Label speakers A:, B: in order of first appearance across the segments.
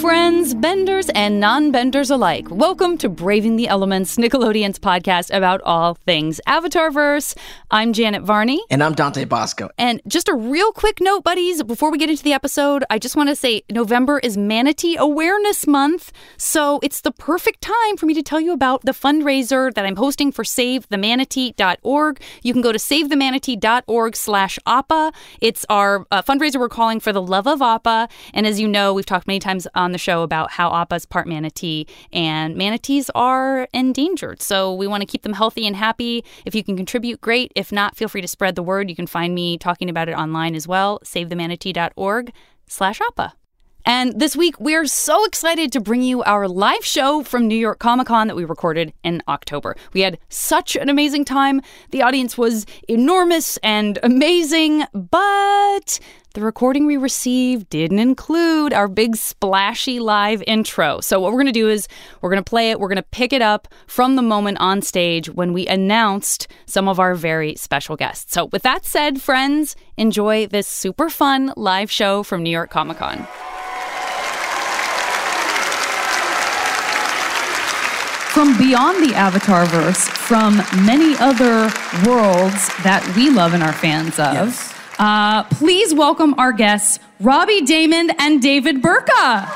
A: friends, benders, and non benders alike. Welcome to Braving the Elements, Nickelodeon's podcast about all things Avatarverse. I'm Janet Varney.
B: And I'm Dante Bosco.
A: And just a real quick note, buddies, before we get into the episode, I just want to say November is Manatee Awareness Month. So it's the perfect time for me to tell you about the fundraiser that I'm hosting for SaveTheManatee.org. You can go to SaveTheManatee.org slash APA. It's our uh, fundraiser we're calling for the love of APA. And as you know, we've talked many times on the show about how APA's part manatee and manatees are endangered. So we want to keep them healthy and happy. If you can contribute, great. If not, feel free to spread the word. You can find me talking about it online as well, savethemanatee.org slash APA. And this week, we're so excited to bring you our live show from New York Comic Con that we recorded in October. We had such an amazing time. The audience was enormous and amazing, but the recording we received didn't include our big splashy live intro. So, what we're going to do is we're going to play it, we're going to pick it up from the moment on stage when we announced some of our very special guests. So, with that said, friends, enjoy this super fun live show from New York Comic Con.
C: from beyond the Avatarverse, from many other worlds that we love and are fans of.
B: Yes.
C: Uh, please welcome our guests, Robbie Damon and David Burka.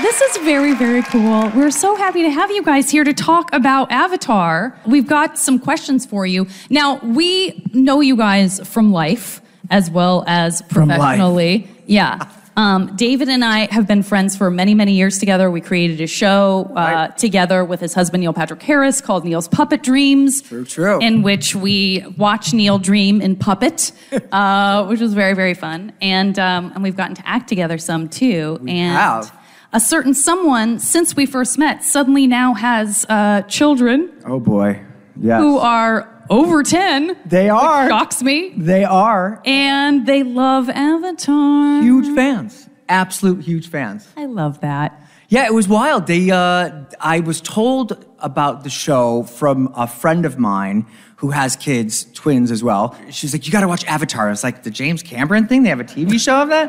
C: This is very, very cool. We're so happy to have you guys here to talk about Avatar. We've got some questions for you. Now, we know you guys from life as well as
B: From life.
C: professionally. Yeah. Um, David and I have been friends for many, many years together. We created a show uh,
B: Right.
C: together with his husband, Neil Patrick Harris, called Neil's Puppet Dreams.
B: True, true.
C: In which we watch Neil dream in puppet, uh, which was very, very fun. And, um, and we've gotten to act together some too. and
B: have.
C: a certain someone, since we first met, suddenly now has uh, children
D: Oh boy. Yes.
C: who are over 10.
D: They are.
C: Shocks me.
D: They are
C: And they love Avatar.
D: huge fans. Absolute huge fans.
C: I love that.
D: Yeah, it was wild. They, uh, I was told about the show from a friend of mine who has kids, twins as well. She's like, "You got to watch Avatar." I was like, "The James Cameron thing? They have a TV show of that?"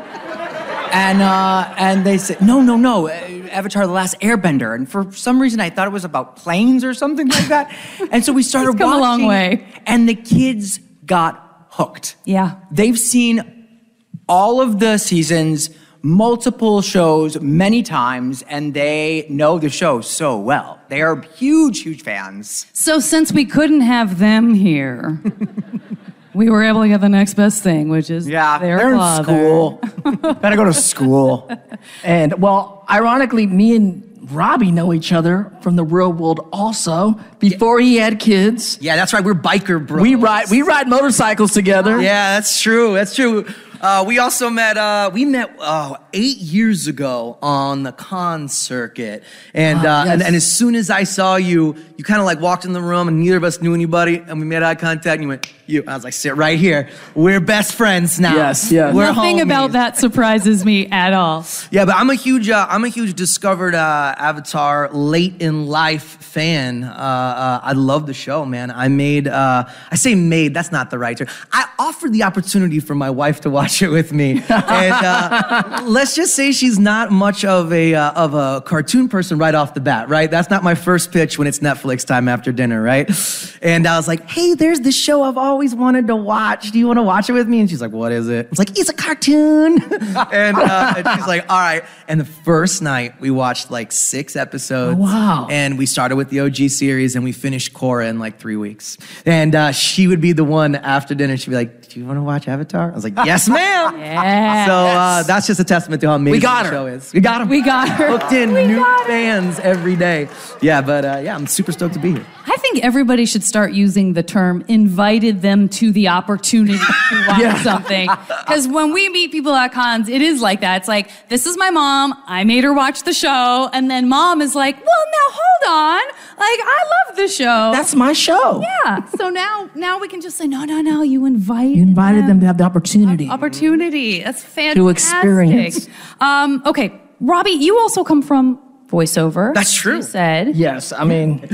D: and uh, and they said, "No, no, no, uh, Avatar: The Last Airbender." And for some reason, I thought it was about planes or something like that. and so we started
C: He's come a
D: watching,
C: long way.
D: and the kids got hooked.
C: Yeah.
D: They've seen all of the seasons, multiple shows, many times, and they know the show so well. They are huge, huge fans.
C: So since we couldn't have them here, we were able to get the next best thing, which is their
D: they're
C: father.
D: in school.
B: Better go to school.
E: And well, ironically, me and Robbie know each other from the real world also. Before he had kids,
D: yeah, that's right. We're biker bros.
E: we ride we ride motorcycles together.
D: Yeah, that's true. That's true. Uh, we also met. Uh, we met oh, eight years ago on the con circuit, and,
E: Ah,
D: uh, and
E: yes.
D: and as soon as I saw you, you kind of like walked in the room, and neither of us knew anybody, and we made eye contact, and you went, "You." I was like, "Sit right here. We're best friends now."
E: Yes, yes.
D: We're
C: Nothing
D: homies."
C: about that surprises me at all.
D: Yeah, but I'm a huge uh, I'm a huge discovered uh, Avatar late in life fan. Uh, uh, I love the show, man. I made uh, I say made that's not the right term. I offered the opportunity for my wife to watch it with me, and uh, let's just say she's not much of a uh, of a cartoon person right off the bat, right? That's not my first pitch when it's Netflix time after dinner, right? And I was like, hey, there's this show I've always wanted to watch. Do you want to watch it with me? And she's like, what is it? It's like it's a cartoon, and, uh, and she's like, all right. And the first night we watched like six episodes.
E: Wow.
D: And we started with the OG series and we finished Korra in like three weeks. And uh, she would be the one after dinner. She'd be like, do you want to watch Avatar? I was like, yes, ma'am.
C: Yeah.
D: So uh, that's just a testament to how amazing
E: got
D: the
E: her.
D: show is. We got him.
C: We got her.
D: Hooked in
C: We
D: new
C: got her.
D: fans every day. Yeah, but uh, yeah, I'm super stoked to be here.
C: I think everybody should start using the term invited them to the opportunity to watch something. Because when we meet people at cons, it is like that. It's like, this is my mom. I made her watch the show. And then mom is like, well, now hold on. Like, I love the show.
E: That's my show.
C: yeah. So now, now we can just say, no, no, no. You invited
E: You invited them to have the opportunity.
C: opportunity. That's fantastic.
E: To experience.
C: Um, okay, Robbie, you also come from voiceover.
F: That's true.
C: You said.
E: Yes, I mean,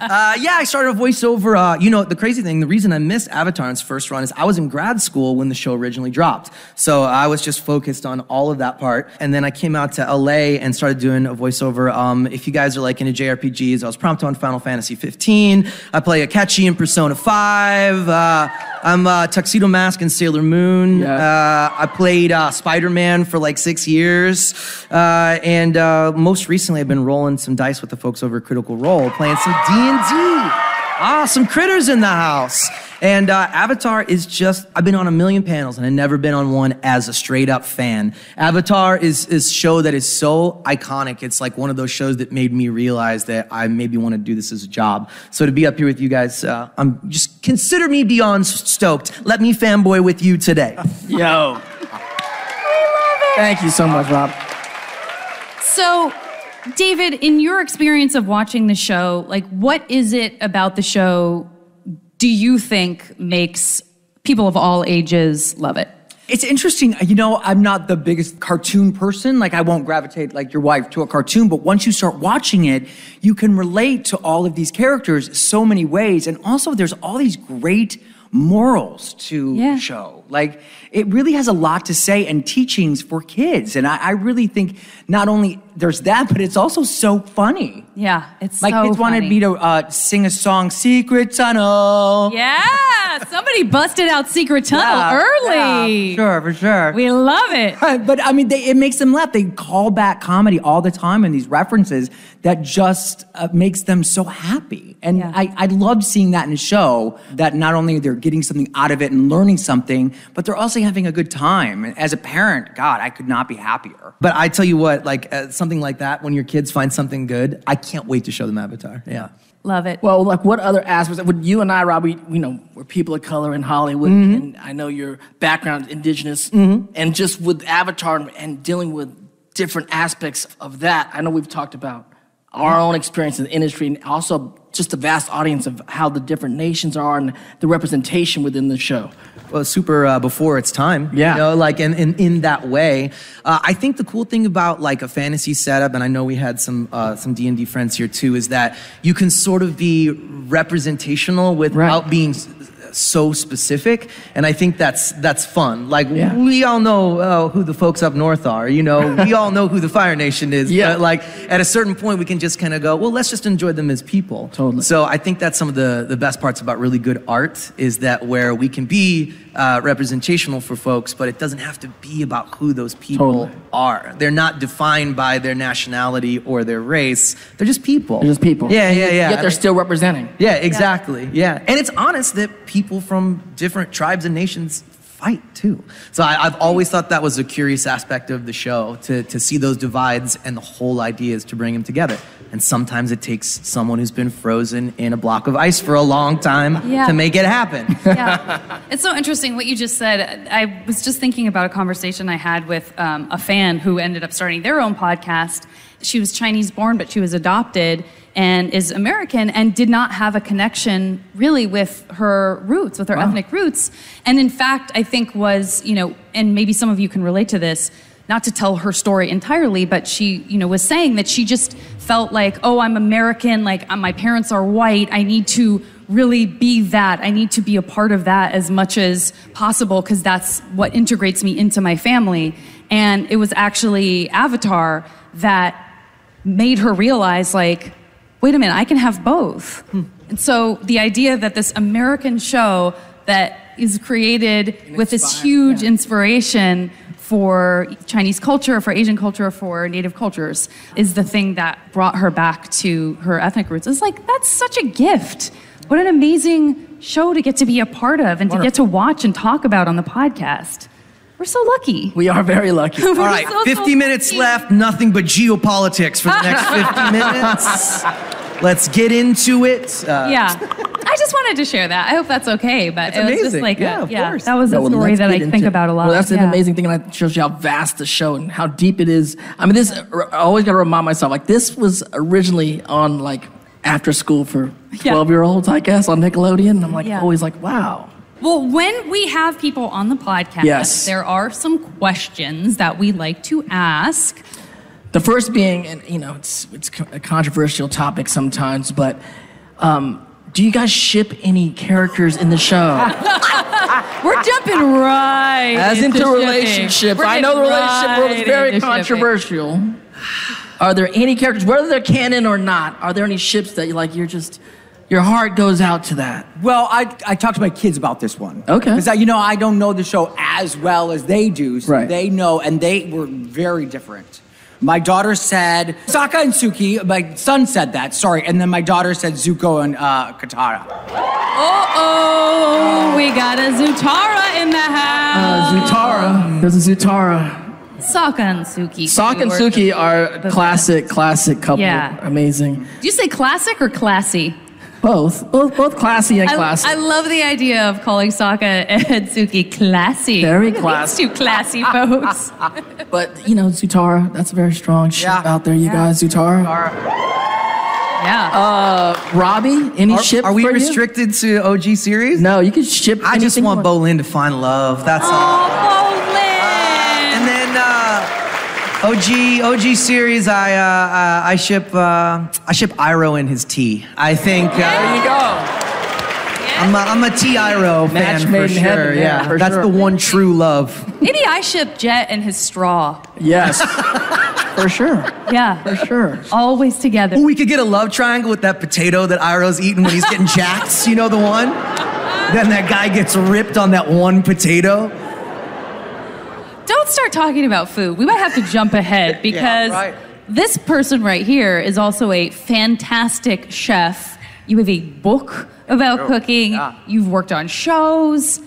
F: Uh, yeah, I started a voiceover. Uh, you know, the crazy thing, the reason I missed Avatar's first run is I was in grad school when the show originally dropped. So I was just focused on all of that part. And then I came out to LA and started doing a voiceover. Um, if you guys are like into JRPGs, I was prompt on Final Fantasy 15. I play Akechi in Persona 5. Uh, I'm uh, Tuxedo Mask in Sailor Moon.
E: Yeah.
F: Uh, I played uh, Spider Man for like six years. Uh, and uh, most recently, I've been rolling some dice with the folks over at Critical Role, playing some D&D. Ah, some critters in the house. And uh, Avatar is just, I've been on a million panels and I've never been on one as a straight up fan. Avatar is is show that is so iconic. It's like one of those shows that made me realize that I maybe want to do this as a job. So to be up here with you guys, uh, I'm just consider me beyond s- stoked. Let me fanboy with you today.
E: yo. Thank you so much, Rob.
C: So, David, in your experience of watching the show, like what is it about the show do you think makes people of all ages love it?
D: It's interesting. You know, I'm not the biggest cartoon person. Like, I won't gravitate like your wife to a cartoon. But once you start watching it, you can relate to all of these characters so many ways. And also, there's all these great morals to
C: Yeah.
D: the show. Like, it really has a lot to say and teachings for kids. And I, I really think not only there's that, but it's also so funny.
C: Yeah, it's
D: My
C: so
D: kids wanted
C: funny.
D: me to uh, sing a song, Secret Tunnel.
C: Yeah, somebody busted out Secret Tunnel
D: Yeah,
C: early.
D: yeah, sure, for sure.
C: We love it.
D: uh, but I mean, they, it makes them laugh. They call back comedy all the time and these references that just uh, makes them so happy. And
C: Yeah.
D: I, I love seeing that in a show that not only they're getting something out of it and learning something, but they're also having a good time. And as a parent, God, I could not be happier.
F: But I tell you what, like uh, something like that, when your kids find something good, I can't wait to show them Avatar. Yeah.
C: Love it.
E: Well, like what other aspects? Would you and I, Rob, we, you know, we're people of color in Hollywood,
F: Mm-hmm.
E: and I know your background is indigenous, and just with Avatar and, and dealing with different aspects of that. I know we've talked about our own experience in the industry, and also just the vast audience of how the different nations are and the representation within the show.
F: well, super uh, before its time.
E: Yeah.
F: You know, like in, in, in that way. Uh, I think the cool thing about like a fantasy setup, and I know we had some uh, some D and D friends here too, is that you can sort of be representational without being s- so specific and i think that's that's fun like
E: Yeah.
F: we all know uh, who the folks up north are you know we all know who the fire nation is
E: Yeah.
F: but like at a certain point we can just kind of go well let's just enjoy them as people
E: Totally.
F: so I think that's some of the, the best parts about really good art is that where we can be uh, representational for folks, but it doesn't have to be about who those people
E: Totally.
F: are. They're not defined by their nationality or their race. They're just people.
E: They're just people.
F: Yeah, yeah, yeah.
E: Yet they're still representing.
F: yeah, exactly. Yeah. And it's honest that people from different tribes and nations fight too. So I, I've always thought that was a curious aspect of the show to, to see those divides and the whole idea is to bring them together. And sometimes it takes someone who's been frozen in a block of ice for a long time
C: Yeah.
F: to make it happen.
C: yeah. It's so interesting what you just said. I was just thinking about a conversation I had with um, a fan who ended up starting their own podcast. She was Chinese born, but she was adopted and is American and did not have a connection really with her roots, with her ethnic roots. And in fact, I think was, you know, and maybe some of you can relate to this. Not to tell her story entirely, but she, you know, was saying that she just felt like, oh, I'm American, like uh, my parents are white, I need to really be that. I need to be a part of that as much as possible because that's what integrates me into my family. And it was actually Avatar that made her realize, like, wait a minute, I can have both. And so the idea that this American show that is created with this huge inspiration for Chinese culture, for Asian culture, for Native cultures is the thing that brought her back to her ethnic roots. It's like, that's such a gift. What an amazing show to get to be a part of and to get to watch and talk about on the podcast. We're so lucky.
E: We are very lucky.
C: We're
F: All right,
C: so, so
F: 50 minutes
C: lucky.
F: left, nothing but geopolitics for the next 50 minutes. Let's get into it. Uh,
C: yeah. I just wanted to share that. I hope that's okay. But it was just
F: amazing.
C: like,
F: Yeah,
C: a,
F: of
C: yeah
F: course.
C: that was a
E: No, well,
C: story
E: let's
C: that I
E: get
C: think
E: into-
C: about a lot.
E: Well, that's
C: yeah.
E: an amazing thing, and it shows you how vast the show and how deep it is. I mean, this I always got to remind myself like this was originally on like after school for
C: Yeah.
E: twelve year olds, I guess, on Nickelodeon. And I'm like
C: Yeah.
E: always like, wow,
C: Well, when we have people on the podcast,
E: Yes.
C: there are some questions that we like to ask.
E: The first being, and you know, it's it's co- a controversial topic sometimes, but um, do you guys ship any characters in the show?
C: We're jumping right
E: As
C: into
E: into
C: shipping.
E: relationships,
C: We're
E: I know the
C: getting
E: relationship world
C: right
E: is very
C: into shipping.
E: controversial. Are there any characters, whether they're canon or not, are there any ships that you like? You're just, your heart goes out to that.
D: Well, I, I talked to my kids about this one.
E: Okay.
D: Because, you know, I don't know the show as well as they do. So
E: Right.
D: they know, and they were very different. My daughter said Sokka and Suki. My son said that, sorry. And then my daughter said Zuko and uh, Katara.
C: Uh-oh, we got a Zutara in the house.
E: Uh, Zutara, there's a Zutara.
C: Sokka and Suki.
E: Sok and
C: Were-
E: Suki are
C: the-
E: classic, classic couple.
C: Yeah.
E: Amazing.
C: Do you say classic or classy?
E: Both, both, both classy and
C: I,
E: classic.
C: I love the idea of calling Sokka and Suki classy.
E: Very
C: classy.
E: classy.
C: These two classy folks.
E: but you know, Zutara, that's a very strong ship
D: Yeah.
E: out there, you guys. Zutara,
C: yeah.
E: Oh. Robbie, any
F: Are,
E: ship
F: are we
E: for you?
F: restricted to OG series?
E: No, you can ship.
F: I just
E: anything
F: want
E: you
F: Bolin to find love. That's all.
C: oh,
F: And then uh, OG OG series, I uh, uh, I ship uh, I ship Iroh and his tea. I think. Uh,
E: There you go.
F: I'm a, I'm a T. Iroh fan
E: Match
F: for
E: made in
F: sure.
E: heaven, yeah,
F: yeah,
E: for
F: that's
E: sure.
F: the one true love.
C: Bolin. Maybe I ship Jet and his straw.
E: Yes, for sure,
C: Yeah.
E: for sure.
C: Always together.
F: Ooh, we could get a love triangle with that potato that Iroh's eating when he's getting jacked. You know the one. Then that guy gets ripped on that one potato.
C: Don't start talking about food. We might have to jump ahead because
F: right.
C: this person right here is also a fantastic chef. You have a book
E: Oh,
C: about cooking. You've worked on shows.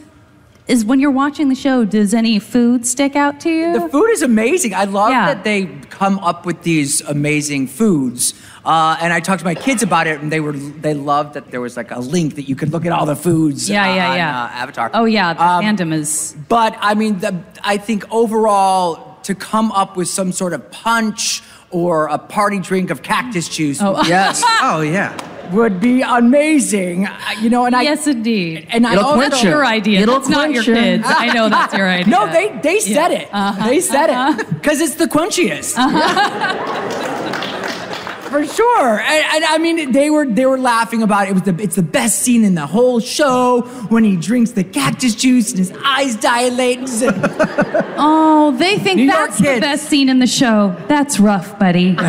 C: Is when you're watching the show, does any food stick out to you?
D: The food is amazing. I love
C: Yeah.
D: that they come up with these amazing foods. Uh, and I talked to my kids about it, and they were they loved that there was like a link that you could look at all the foods.
C: yeah,
D: uh,
C: yeah,
D: on,
C: yeah.
D: uh, Avatar.
C: Oh yeah, the
D: Um,
C: fandom is.
D: But I mean, the, I think overall, to come up with some sort of punch or a party drink of cactus juice
C: Oh.
D: yes,
F: Oh yeah.
D: would be amazing. I- You know, and I
C: yes, indeed.
D: and I
E: It'll
D: also,
E: quench
C: oh, that's your idea.
E: It'll
C: that's not your
E: quench
C: kids.
E: you.
C: I know that's your idea.
D: No, they they said it.
C: Uh-huh.
D: They said it because it's the quenchiest. For sure, and, and I mean, they were they were laughing about it. it was the it's the best scene in the whole show when he drinks the cactus juice and his eyes dilate. And
C: Oh, they think
D: New York
C: that's the
D: kids.
C: best scene in the show. That's rough, buddy. just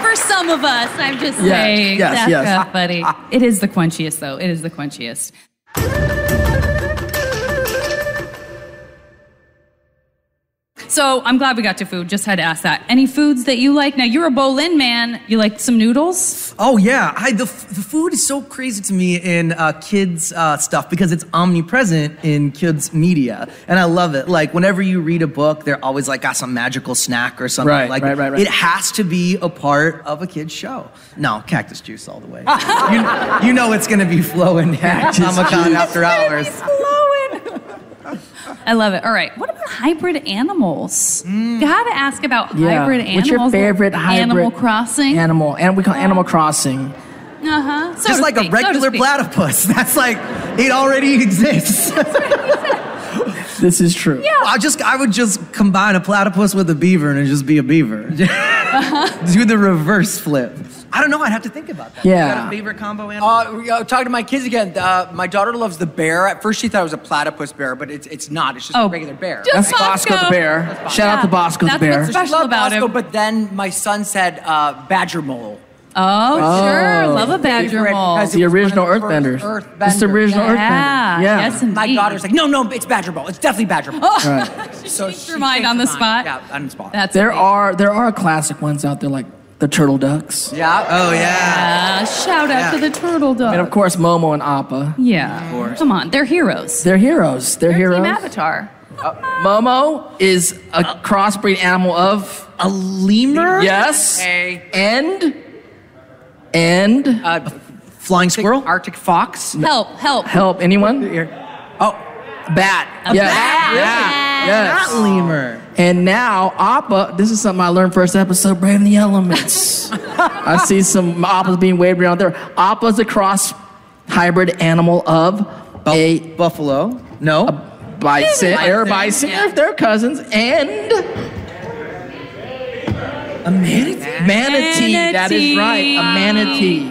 C: for some of us, I'm just saying.
E: yes,
C: that's
E: yes.
C: rough, buddy. It is the quenchiest, though. It is the quenchiest. So I'm glad we got to food. Just had to ask that. Any foods that you like? Now you're a Bolin man. You like some noodles?
F: Oh yeah, I, the f- the food is so crazy to me in uh, kids uh, stuff because it's omnipresent in kids media, and I love it. Like whenever you read a book, they're always like got some magical snack or something.
E: Right,
F: like
E: right, right, right.
F: It has to be a part of a kids show. No, cactus juice all the way. you, you know it's gonna be flowing at Comic Con after hours.
C: I love it. All right. What about hybrid animals? Gotta ask about hybrid animals.
E: Mm. What's your favorite hybrid?
C: Animal Crossing. Oh.
E: Animal, and we call it Animal Crossing.
C: Uh huh. So
F: Just
C: to
F: like
C: speak,
F: a
C: so to
F: regular
C: speak.
F: platypus. That's like it already exists.
E: This is true. Yeah.
F: I just I would just combine a platypus with a beaver and it'd just be a beaver. Do the reverse flip. I don't know. I'd have to think about that.
E: Yeah.
F: You got a favorite combo animal?
D: Uh, we, uh, talking to my kids again. Uh, my daughter loves the bear. At first, she thought it was a platypus bear, but it's it's not. It's just
C: Oh.
D: a regular bear.
C: Just-
E: That's
C: Bosco.
E: Bosco, the bear. Shout out
C: Yeah.
E: to Bosco the
C: That's
E: bear.
C: what's
D: She loved
C: special about
D: Bosco,
C: him.
D: But then my son said uh, badger mole.
C: Oh, sure. Love a badger
D: Favorite,
C: mole.
D: because it
E: the
D: was one of
E: original
D: the first
E: Earthbenders.
D: Earthbenders.
E: It's the original
C: Yeah.
E: Earthbender. Yeah.
C: Yes, indeed.
D: My daughter's like, no, no, it's badger mole. It's definitely badger mole. so
C: Oh, changed
D: she
C: her mind
D: changed
C: on
D: her
C: the spot.
D: Yeah, on the spot.
C: That's
E: There
C: amazing.
E: are there are classic ones out there like the turtle ducks.
D: yeah.
F: oh yeah.
C: Uh, shout out to the turtle dog.
E: And of course Momo and Appa.
C: yeah. Come on, they're heroes.
E: They're heroes. They're,
C: They're Team
E: heroes.
C: Avatar.
E: Momo is a crossbreed animal of
F: A lemur?
E: yes
D: A-
E: and and
D: Uh,
F: Flying squirrel?
D: Arctic fox.
C: Help! Help!
E: help anyone
D: Oh,
E: bat.
C: A
E: yes.
C: bat.
E: Yeah.
F: Not
E: Yes.
F: lemur.
E: And now Appa, this is something I learned first episode, Brave the Elements. I see some Appas being waved around there. Appa's a cross hybrid animal of
F: Buff-
E: a
F: buffalo? No.
E: bison, air bison,
C: yeah.
E: if they're cousins, and
F: A manatee? Manatee.
E: That is right. A manatee.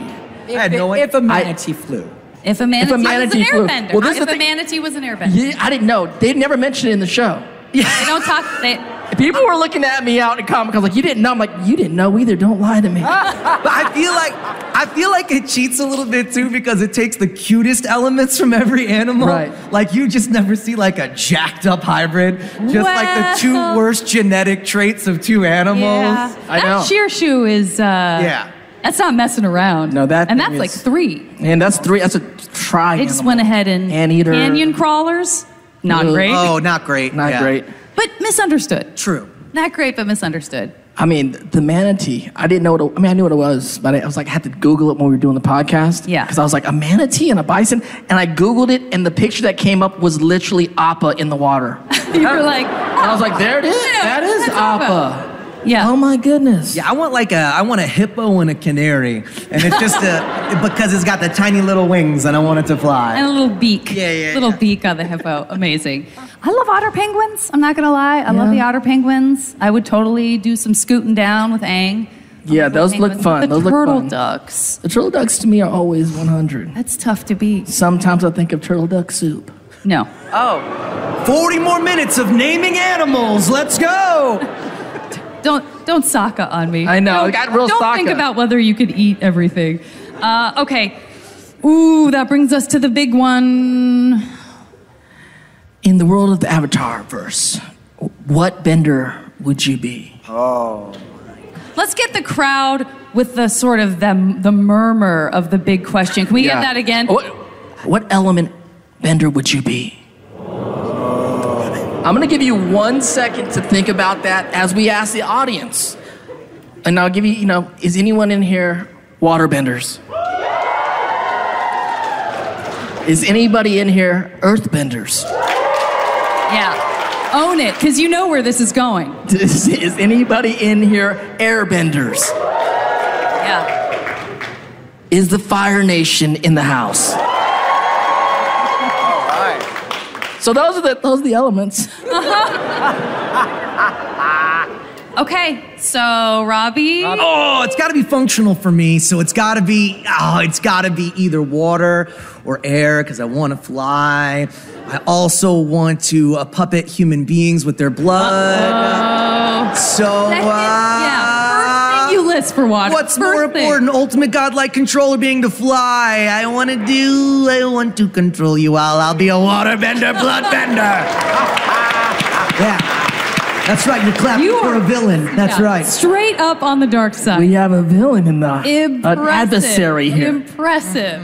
F: I had no
D: if a
F: idea.
D: manatee flew.
C: If a manatee,
E: manatee
C: was an
E: flew-
C: airbender.
E: Well, this is
C: if
E: the
C: a
E: thing-
C: manatee was an airbender.
E: Yeah, I didn't know. They never mentioned it in the show.
C: They don't talk. They,
E: People were looking at me out in comic. I was like, "You didn't know." I'm like, "You didn't know either." Don't lie to me.
C: Ah.
F: But I feel like I feel like it cheats a little bit too because it takes the cutest elements from every animal.
E: Right.
F: Like you just never see like a jacked up hybrid, just like the two
C: Well.
F: worst genetic traits of two animals.
C: yeah.
E: I
C: that
E: know.
C: sheer shoe is. Uh,
F: Yeah.
C: That's not messing around.
E: No, that
C: And
E: thing
C: that's like
E: is-
C: three.
E: And that's three. That's a try.
C: They just went ahead and
E: Anteater.
C: canyon crawlers. Not
E: Ugh.
C: great,
F: Oh, not great.
E: Not
F: Yeah.
E: great.
C: but misunderstood.
F: True.
C: Not great, but misunderstood.
E: I mean, the manatee. I didn't know what. It, I mean, I knew what it was, but I, I was like, I had to Google it when we were doing the podcast.
C: Yeah.
E: Because I was like, a manatee and a bison, and I Googled it, and the picture that came up was literally Appa in the water. and
C: You were like,
E: I was like, there it is.
C: Yeah,
E: that is
C: that's
E: Appa.
C: yeah.
E: Oh my goodness.
F: Yeah, I want like a I want a hippo and a canary, and it's just a because it's got the tiny little wings and I want it to fly.
C: and a little beak.
F: Yeah, yeah,
C: Little
F: yeah.
C: beak on the hippo. Amazing. I love otter penguins. I'm not gonna lie. I love the otter penguins. I would totally do some scooting down with Aang.
E: Yeah, those look
C: Penguins.
E: fun.
C: The
E: Those look
C: turtle
E: fun.
C: ducks.
E: The turtle ducks to me are always 100.
C: That's tough to beat.
E: Sometimes I think of turtle duck soup.
C: No.
F: Forty more minutes of naming animals. Let's go.
C: Don't don't Sokka on me.
E: I know,
C: Don't,
E: it got real
C: Don't think
E: Sokka.
C: about whether you could eat everything. Uh, okay. Ooh, that brings us to the big one.
E: In the world of the Avatar verse, what bender would you be?
C: Let's get the crowd with the sort of the, the murmur of the big question. Can we
E: Yeah. Oh,
C: get that again?
E: Uh, What, what element bender would you be? I'm gonna give you one second to think about that as we ask the audience. And I'll give you, you know, is anyone in here waterbenders? Is anybody in here earthbenders?
C: Yeah. Own it, because you know where this is going.
E: Is, is anybody in here airbenders?
C: Yeah.
E: Is the Fire Nation in the house? All right. So those are the those are the elements.
C: Okay, so Robbie.
F: Oh, it's got to be functional for me. So it's got to be oh, it's got to be either water or air because I want to fly. I also want to uh, puppet human beings with their
C: Oh.
F: blood. So
C: Second, yeah.
F: uh,
C: First thing you list for water.
F: What's
C: First
F: more
C: thing.
F: important, ultimate godlike control or being to fly? I want to do. I want to control you all. I'll be a waterbender, bloodbender. yeah, that's right. You're clapping
C: You
F: for
C: are-
F: a villain. That's
C: Yeah.
F: right.
C: Straight up on the dark side.
E: We have a villain in the
C: Impressive.
E: an adversary here.
C: Impressive.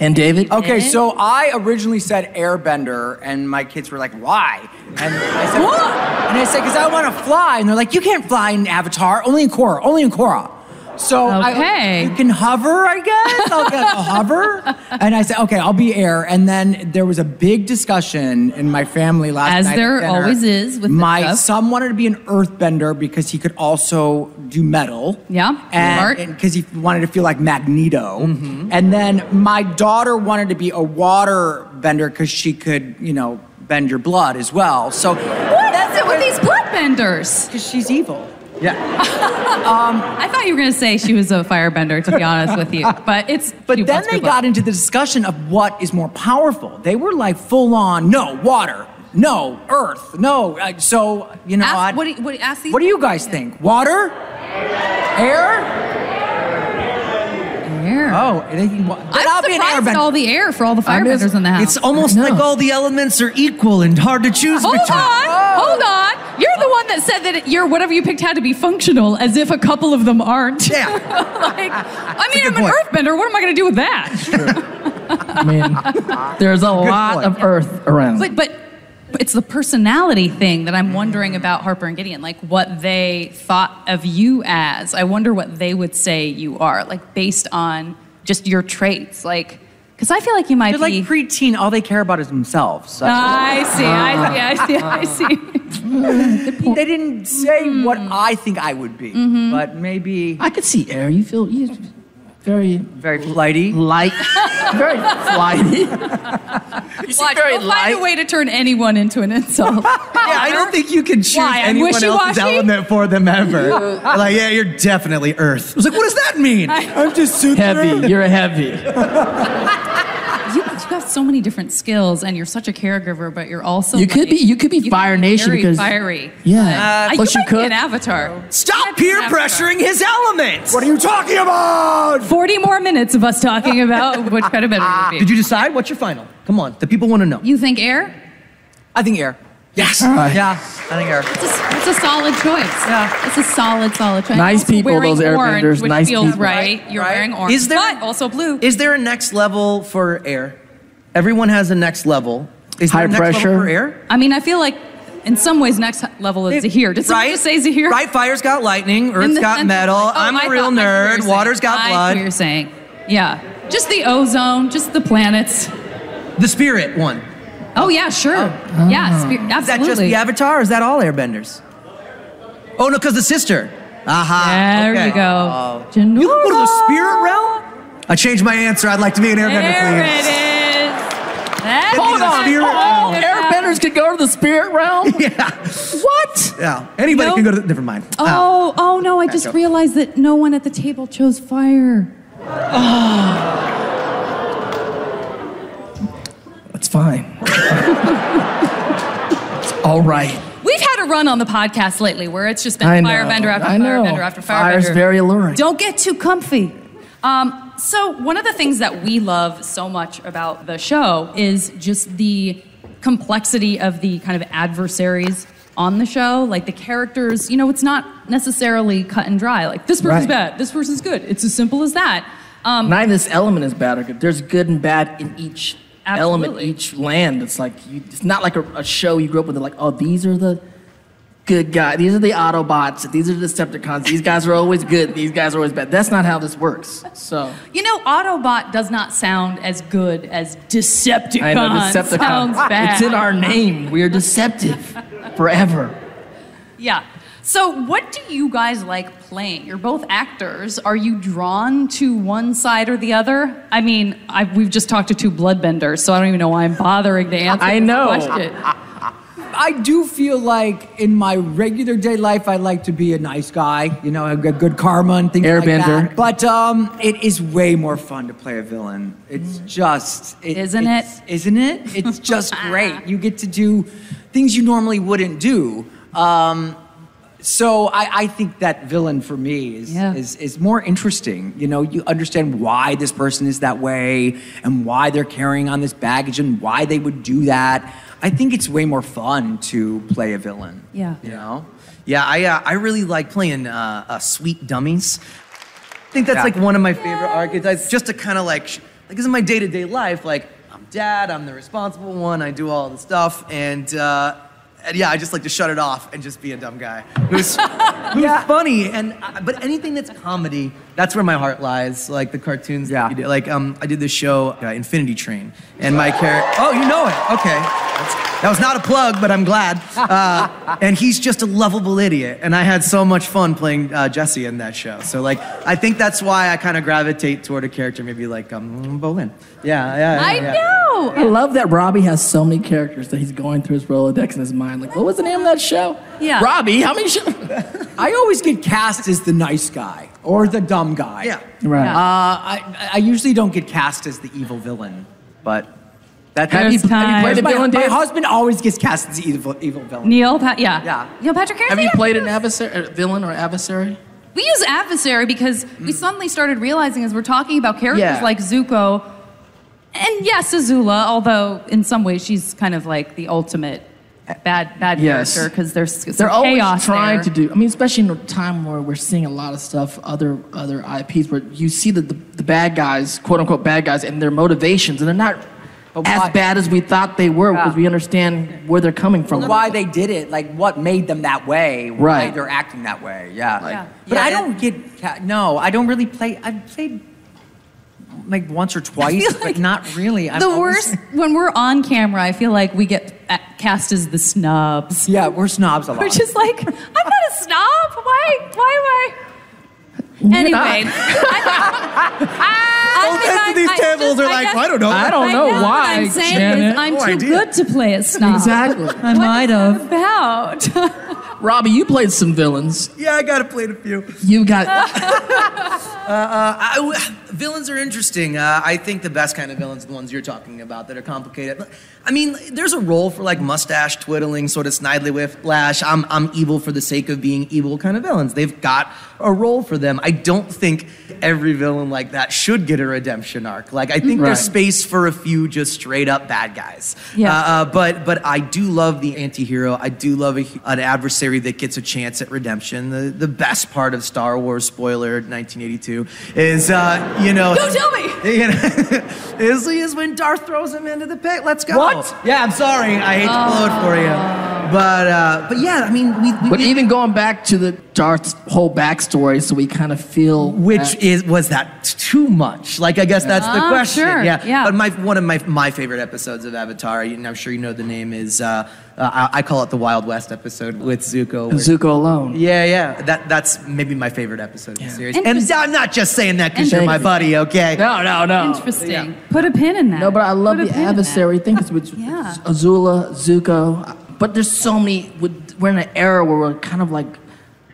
E: and David,
D: Okay, so I originally said airbender, and my kids were like, why? And I said,
C: What?
D: And I said, because I want to fly. And they're like, you can't fly in Avatar, only in Korra, only in Korra. So
C: Okay.
D: I, you can hover, I guess. I'll get a hover. And I said, okay, I'll be air. And then there was a big discussion in my family last
C: As
D: night. at
C: there
D: dinner.
C: always is with this
D: my
C: stuff.
D: son wanted to be an earthbender because he could also do metal.
C: Yeah, smart.
D: and, and because he wanted to feel like Magneto.
C: Mm-hmm.
D: And then my daughter wanted to be a water bender because she could, you know, bend your blood as well. So
C: What is it with these bloodbenders?
D: because she's evil.
C: I thought you were going to say she was a firebender, to be honest with you. But it's.
D: But then they got into the discussion of what is more powerful. They were like full on, no water, no earth, no. Uh, so you know,
C: Ask-
D: I'd-
C: what do you- what do you- ask these-
D: What do you guys think? Water, air?
C: air.
D: Oh, it ain't, wa- then I'll
C: I'm
D: be an
C: surprised at
D: airbender.
C: all the air for all the
D: I mean,
C: firebenders in the house.
F: It's almost like all the elements are equal and hard to choose
C: Hold
F: between.
C: on, hold on. You're the one that said that it- your whatever you picked had to be functional, as if a couple of them aren't.
F: Yeah.
C: like, I mean,
F: good
C: I'm an
F: point.
C: earthbender. What am I going to do with that?
E: I mean, there's a lot
F: point.
E: of Earth around.
C: but, but it's the personality thing that I'm wondering about Harper and Gideon, like what they thought of you as. I wonder what they would say you are, like based on just your traits, like because I feel like you might
D: They're
C: be.
D: like preteen. All they care about is themselves.
C: I see,
E: Ah.
C: I see, I see, I see.
D: They didn't
C: Mm-hmm.
D: say what I think I would be, but maybe
E: I could see air. You feel you very
D: Very flighty.
E: light, very flighty. you seem
C: Watch,
E: very
C: we'll find
E: light.
C: a way to turn anyone into an insult.
F: Yeah, I don't think you can choose
C: Why, I'm
F: anyone else's
C: wishy-washy?
F: element for them ever. like, yeah, you're definitely Earth. I was like, what does that mean? I'm just super
E: heavy. You're heavy.
C: you, you've got so many different skills, and you're such a caregiver, but you're also
E: You could
C: like-
E: be- you could be Fire Nation
C: very
E: because-
C: fiery.
E: Yeah.
C: I,
E: Plus
C: you
E: you
C: might be
E: cook.
C: an avatar.
F: Stop peer
C: Never.
F: pressuring his element.
B: What are you talking about?
C: Forty more minutes of us talking about which could have been a movie.
F: Did you decide? What's your final? Come on, the people want to know.
C: You think air?
D: I think air.
F: Yes. yeah, I think you're.
C: It's a, it's a solid choice. Yeah. It's a solid, solid choice.
E: Nice
C: Also
E: people,
C: wearing
E: those
C: orange,
E: airbenders,
C: Which
E: nice
C: feels
E: people.
C: right. You're
F: Right?
C: wearing orange,
F: Is there-
C: but also blue.
F: Is there a next level for air? Everyone has a next level. Is there
E: High
F: a next
E: pressure.
F: level for air?
C: I mean, I feel like in some ways, next level is Zahir. Did someone
F: right?
C: just say Zahir?
F: Right, fire's got lightning, earth's
C: the
F: got
C: sense-
F: metal,
C: Oh,
F: I'm
C: I
F: a real
C: thought- I see what you're
F: nerd,
C: saying.
F: water's got
C: I see what you're
F: blood.
C: saying. Yeah. Just the ozone, just the planets.
F: The spirit one.
C: Oh, yeah, sure. yeah, spe- absolutely.
F: Is that just the avatar or is that all airbenders? Oh, no, because the sister. Aha.
C: There
F: Ah, okay.
C: we go. Janora.
F: You can go to the spirit realm? I changed my answer. I'd like to be an airbender,
C: There
F: please.
C: it is. That's
F: Hold
C: what
F: on,
C: I'm
F: spirit
C: talking
F: realm.
C: about.
E: Oh. Airbenders could go to the spirit realm.
F: What? Yeah. Anybody
C: No.
F: can go to. Never mind.
C: Oh,
E: Ah.
C: oh no, I just
F: joke.
C: realized that no one at the table chose fire.
E: Ah. That's fine. it's all right.
C: We've had a run on the podcast lately where it's just been
E: I know.
C: firebender after
E: I know.
C: firebender after firebender.
E: Fire's very alluring.
C: Don't get too comfy. Um, so one of the things that we love so much about the show is just the complexity of the kind of adversaries on the show, like the characters. You know, it's not necessarily cut and dry. Like this person's
E: Right.
C: bad, this person's good. It's as simple as that. Um,
E: Neither this element is bad or good. There's good and bad in each element,
C: Absolutely.
E: each land. It's like you, it's not like a, a show you grew up with. Like, oh, these are the good guys. These are the Autobots. These are the Decepticons. These guys are always good. These guys are always bad. That's not how this works. So
C: You know, Autobot does not sound as good as Decepticon.
E: I know Decepticon.
C: Sounds bad.
E: It's in our name. We are deceptive forever.
C: Yeah. So, what do you guys like playing? You're both actors. Are you drawn to one side or the other? I mean, I, we've just talked to two bloodbenders, so I don't even know why I'm bothering to answer
E: I
C: this
E: know.
C: question.
D: I do feel like in my regular day life, I like to be a nice guy, you know, I got good karma and things like
E: Airbender.
D: that. But um, it is way more fun to play a villain. It's just, it,
C: Isn't it?
D: it's- Isn't it? It's just great. You get to do things you normally wouldn't do. Um, so I, I think that villain for me is,
C: Yeah.
D: is is more interesting. You know, you understand why this person is that way and why they're carrying on this baggage and why they would do that. I think it's way more fun to play a villain.
C: Yeah.
D: You know?
F: Yeah, I uh, I really like playing uh, uh, sweet dummies. I think that's like one of my favorite archetypes. Just to kind of like, sh- like this is my day to day life. Like I'm dad, I'm the responsible one. I do all the stuff, and uh, and yeah, I just like to shut it off and just be a dumb guy who's who's funny. And uh, but anything that's comedy, that's where my heart lies. Like the cartoons. that
D: Yeah.
F: you do. Like um, I did this show, uh, Infinity Train, and my character. Oh, you know it. Okay. That's- that was not a plug, but I'm glad. Uh, and he's just a lovable idiot, and I had so much fun playing uh, Jesse in that show. So like, I think that's why I kind of gravitate toward a character, maybe like um, Bolin. Yeah, yeah. yeah,
C: I
F: yeah.
C: know.
E: I love that Robbie has so many characters that he's going through his Rolodex in his mind. Like, what was the name of that show?
C: Yeah.
E: Robbie, how many shows?
D: I always get cast as the nice guy or the dumb guy.
F: Yeah.
E: Right.
D: Uh, I I usually don't get cast as the evil villain, but that,
E: Have you-
C: There's
E: have you played a
C: time.
D: my,
E: villain,
D: my
E: Dave?
D: husband always gets cast as the evil evil villain.
C: Neil, Pat, yeah.
D: Yeah.
C: Neil Patrick Harris.
E: Have you
C: yeah.
E: played an adversary, a villain or adversary?
C: We use adversary because we suddenly started realizing as we're talking about characters
E: Mm. Yeah.
C: like Zuko and yes, Azula, although in some ways she's kind of like the ultimate bad bad
E: Yes.
C: character because there's some
E: They're always
C: chaos
E: trying
C: there.
E: to do. I mean, especially in a time where we're seeing a lot of stuff, other other IPs, where you see the the, the bad guys, quote unquote bad guys, and their motivations, and they're not
D: But why-
E: as bad as we thought they were
D: Yeah.
E: because we understand where they're coming from.
D: why they did it, like what made them that way, why
E: Right.
D: they're acting that way. Yeah.
C: Yeah.
D: But
F: Yeah,
D: I
F: it-
D: don't get ca- no. I don't really play. I've played like once or twice,
C: feel like
D: but not really. I'm
C: the
D: always-
C: worst when we're on camera, I feel like we get a- cast as the snobs.
D: Yeah, we're snobs a lot.
C: We're just like, I'm not a snob. Why? Why am I?
E: You're
C: anyway,
E: not.
C: I, I think
G: ends
C: I-
G: of these
C: I
G: tables
C: just-
G: are
C: I
G: like,
C: guess-
G: I don't know.
H: I don't
C: I
H: know
C: what
H: why.
C: I'm saying
H: Janet.
C: is I'm
G: No
C: too
G: idea.
C: good to play at snob.
E: Exactly.
D: I might have.
C: About.
E: Robbie, you played some villains.
F: Yeah, I gotta play a few.
E: You got
F: Uh, I w villains are interesting. Uh, I think the best kind of villains are the ones you're talking about that are complicated. I mean, there's a role for like mustache twiddling, sort of snidely whiplash. I'm I'm evil for the sake of being evil kind of villains. They've got a role for them. I don't think every villain like that should get a redemption arc. Like I think there's space for a few just straight up bad guys.
C: Yeah.
F: Uh, uh, but but I do love the anti-hero. I do love a, an adversary that gets a chance at redemption. The the best part of Star Wars spoiler 1982 is uh, you know
C: Don't tell me.
F: you know, is, is when Darth throws him into the pit. Let's go.
D: What?
F: Yeah, I'm sorry. I hate to blow it for you. But uh, but yeah, I mean we, we
E: But even going back to the Darth's whole backstory, so we kind of feel
F: Which
E: that-
F: is was that too much? Like I guess that's the
C: Ah,
F: question.
C: sure, yeah.
F: But my one of my my favorite episodes of Avatar, and I'm sure you know the name is uh, uh, I I call it the Wild West episode with Zuko. where-
E: Zuko alone.
F: yeah, yeah. That that's maybe my favorite episode of the series. And
C: Interesting.
F: I'm not just saying that because
C: And-
F: you're my buddy, okay?
E: No, no, no.
C: Interesting. Put a pin in that.
E: No, but I love
C: Put a
E: the
C: pin in that.
E: adversary thing. 'cause With
C: Yeah.
E: Azula, Zuko, but there's so many. with- We're in an era where we're kind of like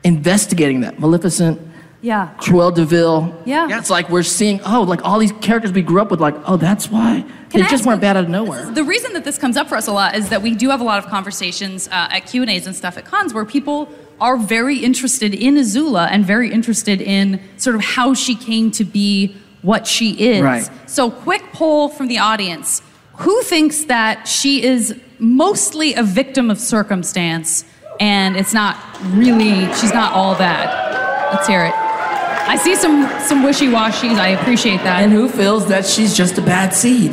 E: investigating that. Maleficent,
C: Yeah.
E: Cruel Deville.
C: Yeah. Yeah.
E: It's like we're seeing. Oh, like all these characters we grew up with. Like, oh, that's why
C: Can
E: they
C: I
E: just
C: ask
E: weren't
C: you-
E: bad out of nowhere.
C: The reason that this comes up for us a lot is that we do have a lot of conversations uh, at Q and A's and stuff at cons where people are very interested in Azula and very interested in sort of how she came to be what she is.
E: Right.
C: So, quick poll from the audience: Who thinks that she is mostly a victim of circumstance and it's not really she's not all that? Let's hear it. I see some some wishy washies. I appreciate that.
E: And who feels that she's just a bad seed?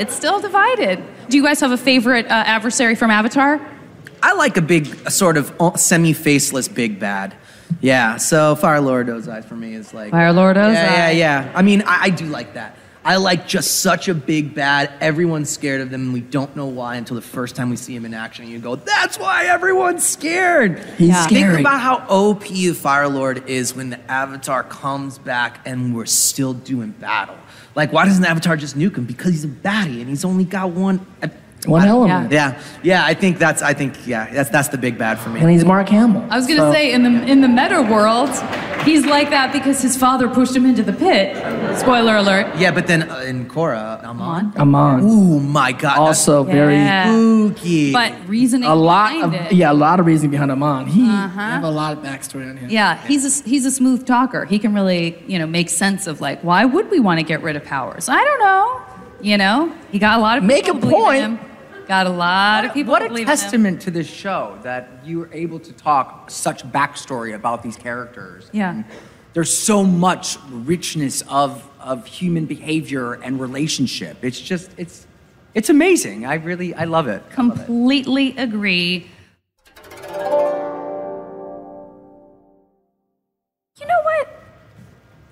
C: It's still divided. Do you guys have a favorite uh, adversary from Avatar?
F: I like a big, a sort of semi faceless big bad. Yeah, so Fire Lord Ozai for me is like.
C: Fire Lord Ozai.
F: Yeah, yeah, yeah. I mean, I, I do like that. I like just such a big bad. Everyone's scared of them, and we don't know why until the first time we see him in action. And you go, that's why everyone's scared.
E: He's Yeah.
F: Think
E: scary.
F: about how OP the Fire Lord is when the Avatar comes back and we're still doing battle. Like, why doesn't Avatar just nuke him? Because he's a baddie and he's only got one. uh,
E: One element.
F: Yeah, yeah. I think that's. I think yeah. That's that's the big bad for me.
E: And he's Mark Hamill.
C: I was gonna
E: So-
C: say in the in the meta world, he's like that because his father pushed him into the pit. Spoiler alert.
F: Yeah, but then uh, in Korra, Amon.
E: Amon.
F: Ooh my God. that's
E: Also very.
C: Yeah.
F: spooky.
C: But reasoning
E: A lot of
C: behind it.
E: yeah, a lot of reasoning behind Amon. He
G: Uh-huh.
E: I have a lot of backstory on him.
C: Yeah, he's a, he's a smooth talker. He can really, you know, make sense of like why would we want to get rid of powers? I don't know. You know, he got a lot of
E: Make
C: people
E: a
C: believe in
E: point.
C: Him. Got a lot of people
D: what a
C: believe
D: testament to this show that you were able to talk such backstory about these characters.
C: Yeah.
D: And There's so much richness of of human behavior and relationship. It's just it's it's amazing. I really I love it.
C: in him. Completely agree. You know what?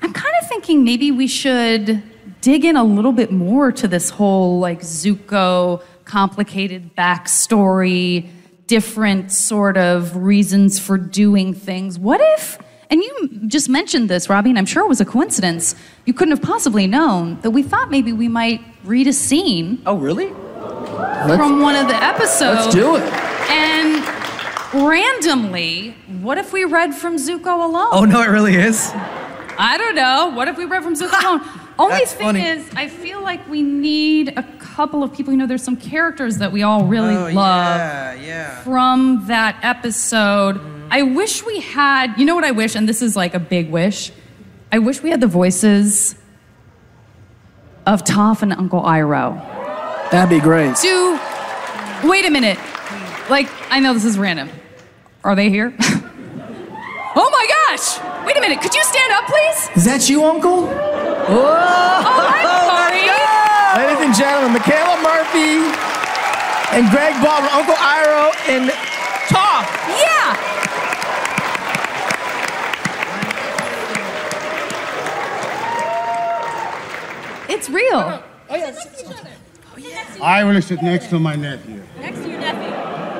C: I'm kind of thinking maybe we should dig in a little bit more to this whole like Zuko complicated backstory, different sort of reasons for doing things. What if, and you just mentioned this, Robbie, and I'm sure it was a coincidence, you couldn't have possibly known that we thought maybe we might read a scene
D: Oh really?
C: from one of the episodes.
E: Let's do it.
C: And randomly, what if we read from Zuko alone?
F: oh no, it really is.
C: I don't know. What if we read from Zuko alone? Only
F: That's
C: thing
F: funny.
C: is, I feel like we need a couple of people. You know, there's some characters that we all really love
F: Oh, Yeah, yeah. Mm-hmm.
C: from that episode. I wish we had, you know what I wish, and this is like a big wish. I wish we had the voices of Toph and Uncle Iroh
E: That'd be great.
C: to wait a minute. Like, I know this is random. Are they here? oh my gosh! Wait a minute, could you stand up, please?
E: Is that you, Uncle?
C: Oh, I'm sorry.
E: Ladies and gentlemen, Michaela Murphy and Greg Baldwin, Uncle Iro and Toph.
C: Yeah. It's real.
H: I want to sit next to my nephew.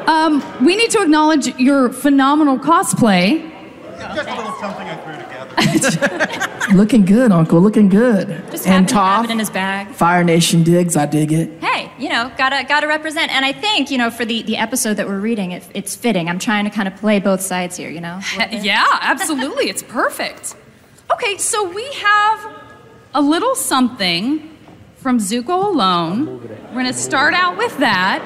C: Um, we need to acknowledge your phenomenal cosplay
H: Just a little something I threw together.
E: Looking good, Uncle. Looking good.
G: Just
E: and
G: happened to
E: Toph,
G: have it in his bag.
E: Fire Nation digs. I dig it.
G: Hey, you know, gotta gotta represent. And I think you know for the the episode that we're reading, it, it's fitting. I'm trying to kind of play both sides here. You know.
C: Yeah, absolutely. It's perfect. Okay, so we have a little something from Zuko alone. We're going to start out with that.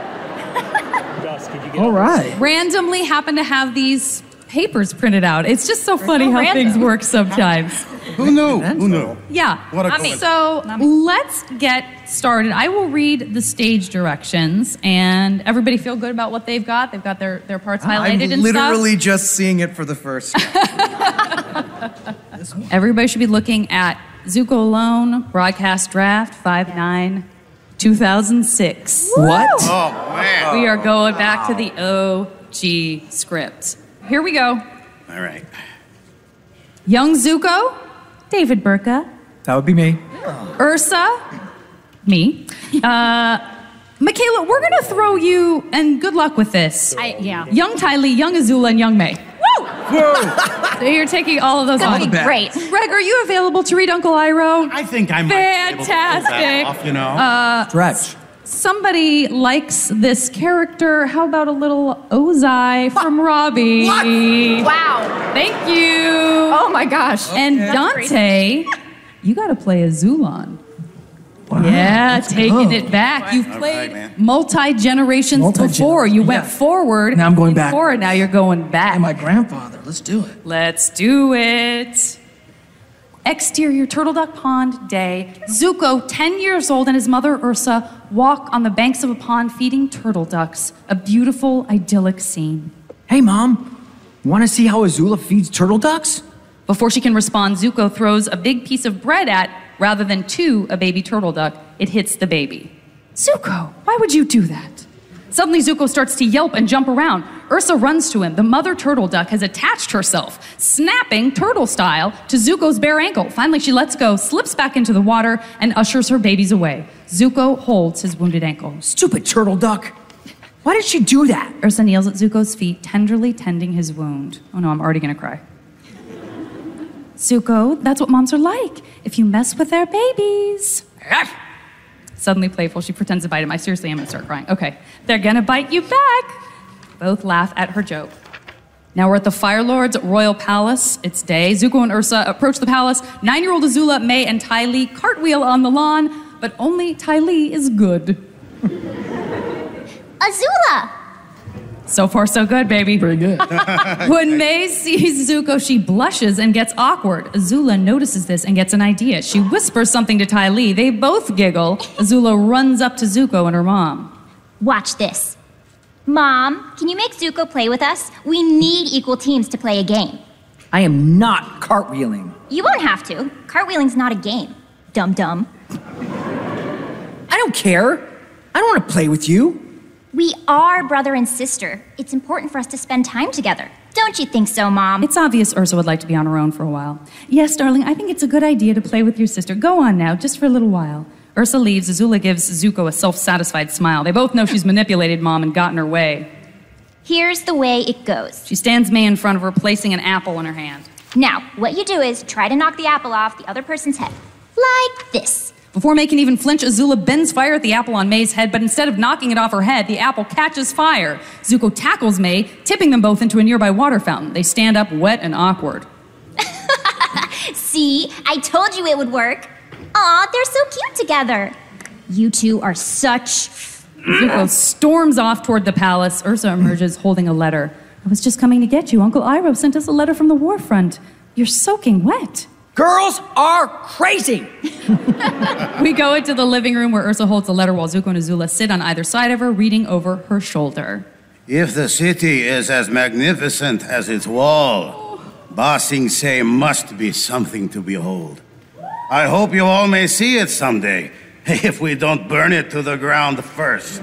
E: All right.
C: Randomly happen to have these papers printed out. It's just so funny
G: so
C: how
G: random.
C: things work sometimes.
H: Who knew? Who knew?
C: Yeah.
H: What a
C: I mean,
H: coincidence.
C: so let's get started. I will read the stage directions and everybody feel good about what they've got. They've got their, their parts
F: I'm
C: highlighted and stuff.
F: literally just seeing it for the first time.
C: Everybody should be looking at Zuko Alone, broadcast draft 5 9, 2006.
D: What?
H: Oh, man.
C: We are going back to the OG script. Here we go.
H: All right.
C: Young Zuko, David Burka,
D: That would be me.
C: Ursa, me. Uh, Michaela, we're going to throw you, and good luck with this.
G: I, yeah.
C: young Ty Lee, young Azula, and young May.
G: Woo!
C: So you're taking all of those
G: That
C: on.
G: would be great.
C: Greg, are you available to read Uncle Iroh?
H: I think I might Be able to
C: Fantastic.
H: pull that off, you know?
C: Uh,
D: Stretch.
C: somebody likes this character. How about a little Ozai from Robbie?
G: Wow.
C: Thank you.
G: Oh my gosh.
C: and
G: That's
C: Dante, you got to play a Zulon. Yeah, taking it back. You've played
H: man.
C: multi generations
E: Multi-gener-
C: before. You went
E: yeah.
C: forward.
E: Now I'm going
C: and
E: back.
C: Forward. Now you're going back.
E: And my grandfather. Let's do it.
C: Let's do it. Exterior Turtle Duck Pond Day. Zuko, 10 years old, and his mother Ursa walk on the banks of a pond feeding turtle ducks. A beautiful, idyllic scene.
D: Hey, mom. Want to see how Azula feeds turtle ducks?
C: Before she can respond, Zuko throws a big piece of bread at, rather than to, a baby turtle duck. It hits the baby. Zuko, why would you do that? Suddenly, Zuko starts to yelp and jump around. Ursa runs to him. The mother turtle duck has attached herself, snapping turtle style to Zuko's bare ankle. Finally, she lets go, slips back into the water, and ushers her babies away. Zuko holds his wounded ankle.
D: Stupid turtle duck. Why did she do that?
C: Ursa kneels at Zuko's feet, tenderly tending his wound. Oh no, I'm already gonna cry. Zuko, that's what moms are like if you mess with their babies. Suddenly playful, she pretends to bite him. I seriously am gonna start crying. Okay, they're gonna bite you back. Both laugh at her joke. Now we're at the Fire Lord's Royal Palace. It's day. Zuko and Ursa approach the palace. Nine year old Azula, May, and Ty Lee cartwheel on the lawn, but only Ty Lee is good.
I: Azula!
C: So far, so good, baby.
E: Pretty good.
C: When May sees Zuko, she blushes and gets awkward. Azula notices this and gets an idea. She whispers something to Ty Lee. They both giggle. Azula runs up to Zuko and her mom.
I: Watch this. Mom, can you make Zuko play with us? We need equal teams to play a game.
D: I am not cartwheeling.
I: You won't have to. Cartwheeling's not a game. Dum dum.
D: I don't care. I don't want to play with you.
I: We are brother and sister. It's important for us to spend time together. Don't you think so, Mom?
C: It's obvious Ursa would like to be on her own for a while. Yes, darling, I think it's a good idea to play with your sister. Go on now, just for a little while. Ursa leaves. Azula gives Zuko a self satisfied smile. They both know she's manipulated mom and gotten her way.
I: Here's the way it goes.
C: She stands May in front of her, placing an apple in her hand.
I: Now, what you do is try to knock the apple off the other person's head. Like this.
C: Before May can even flinch, Azula bends fire at the apple on May's head, but instead of knocking it off her head, the apple catches fire. Zuko tackles May, tipping them both into a nearby water fountain. They stand up wet and awkward.
I: See, I told you it would work. Aw, they're so cute together. You two are such.
C: Zuko storms off toward the palace. Ursa emerges holding a letter. I was just coming to get you. Uncle Iroh sent us a letter from the war front. You're soaking wet.
D: Girls are crazy.
C: We go into the living room where Ursa holds the letter while Zuko and Azula sit on either side of her, reading over her shoulder.
J: If the city is as magnificent as its wall, Ba Sing Se must be something to behold. I hope you all may see it someday, if we don't burn it to the ground first.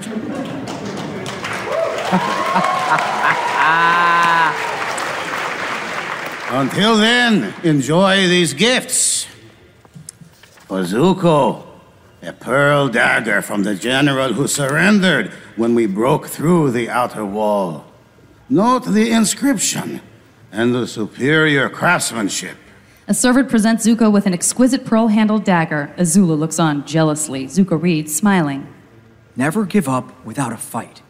J: Until then, enjoy these gifts. Bazuko, a pearl dagger from the general who surrendered when we broke through the outer wall. Note the inscription and the superior craftsmanship.
C: A servant presents Zuko with an exquisite pearl handled dagger. Azula looks on jealously. Zuko reads, smiling.
D: Never give up without a fight.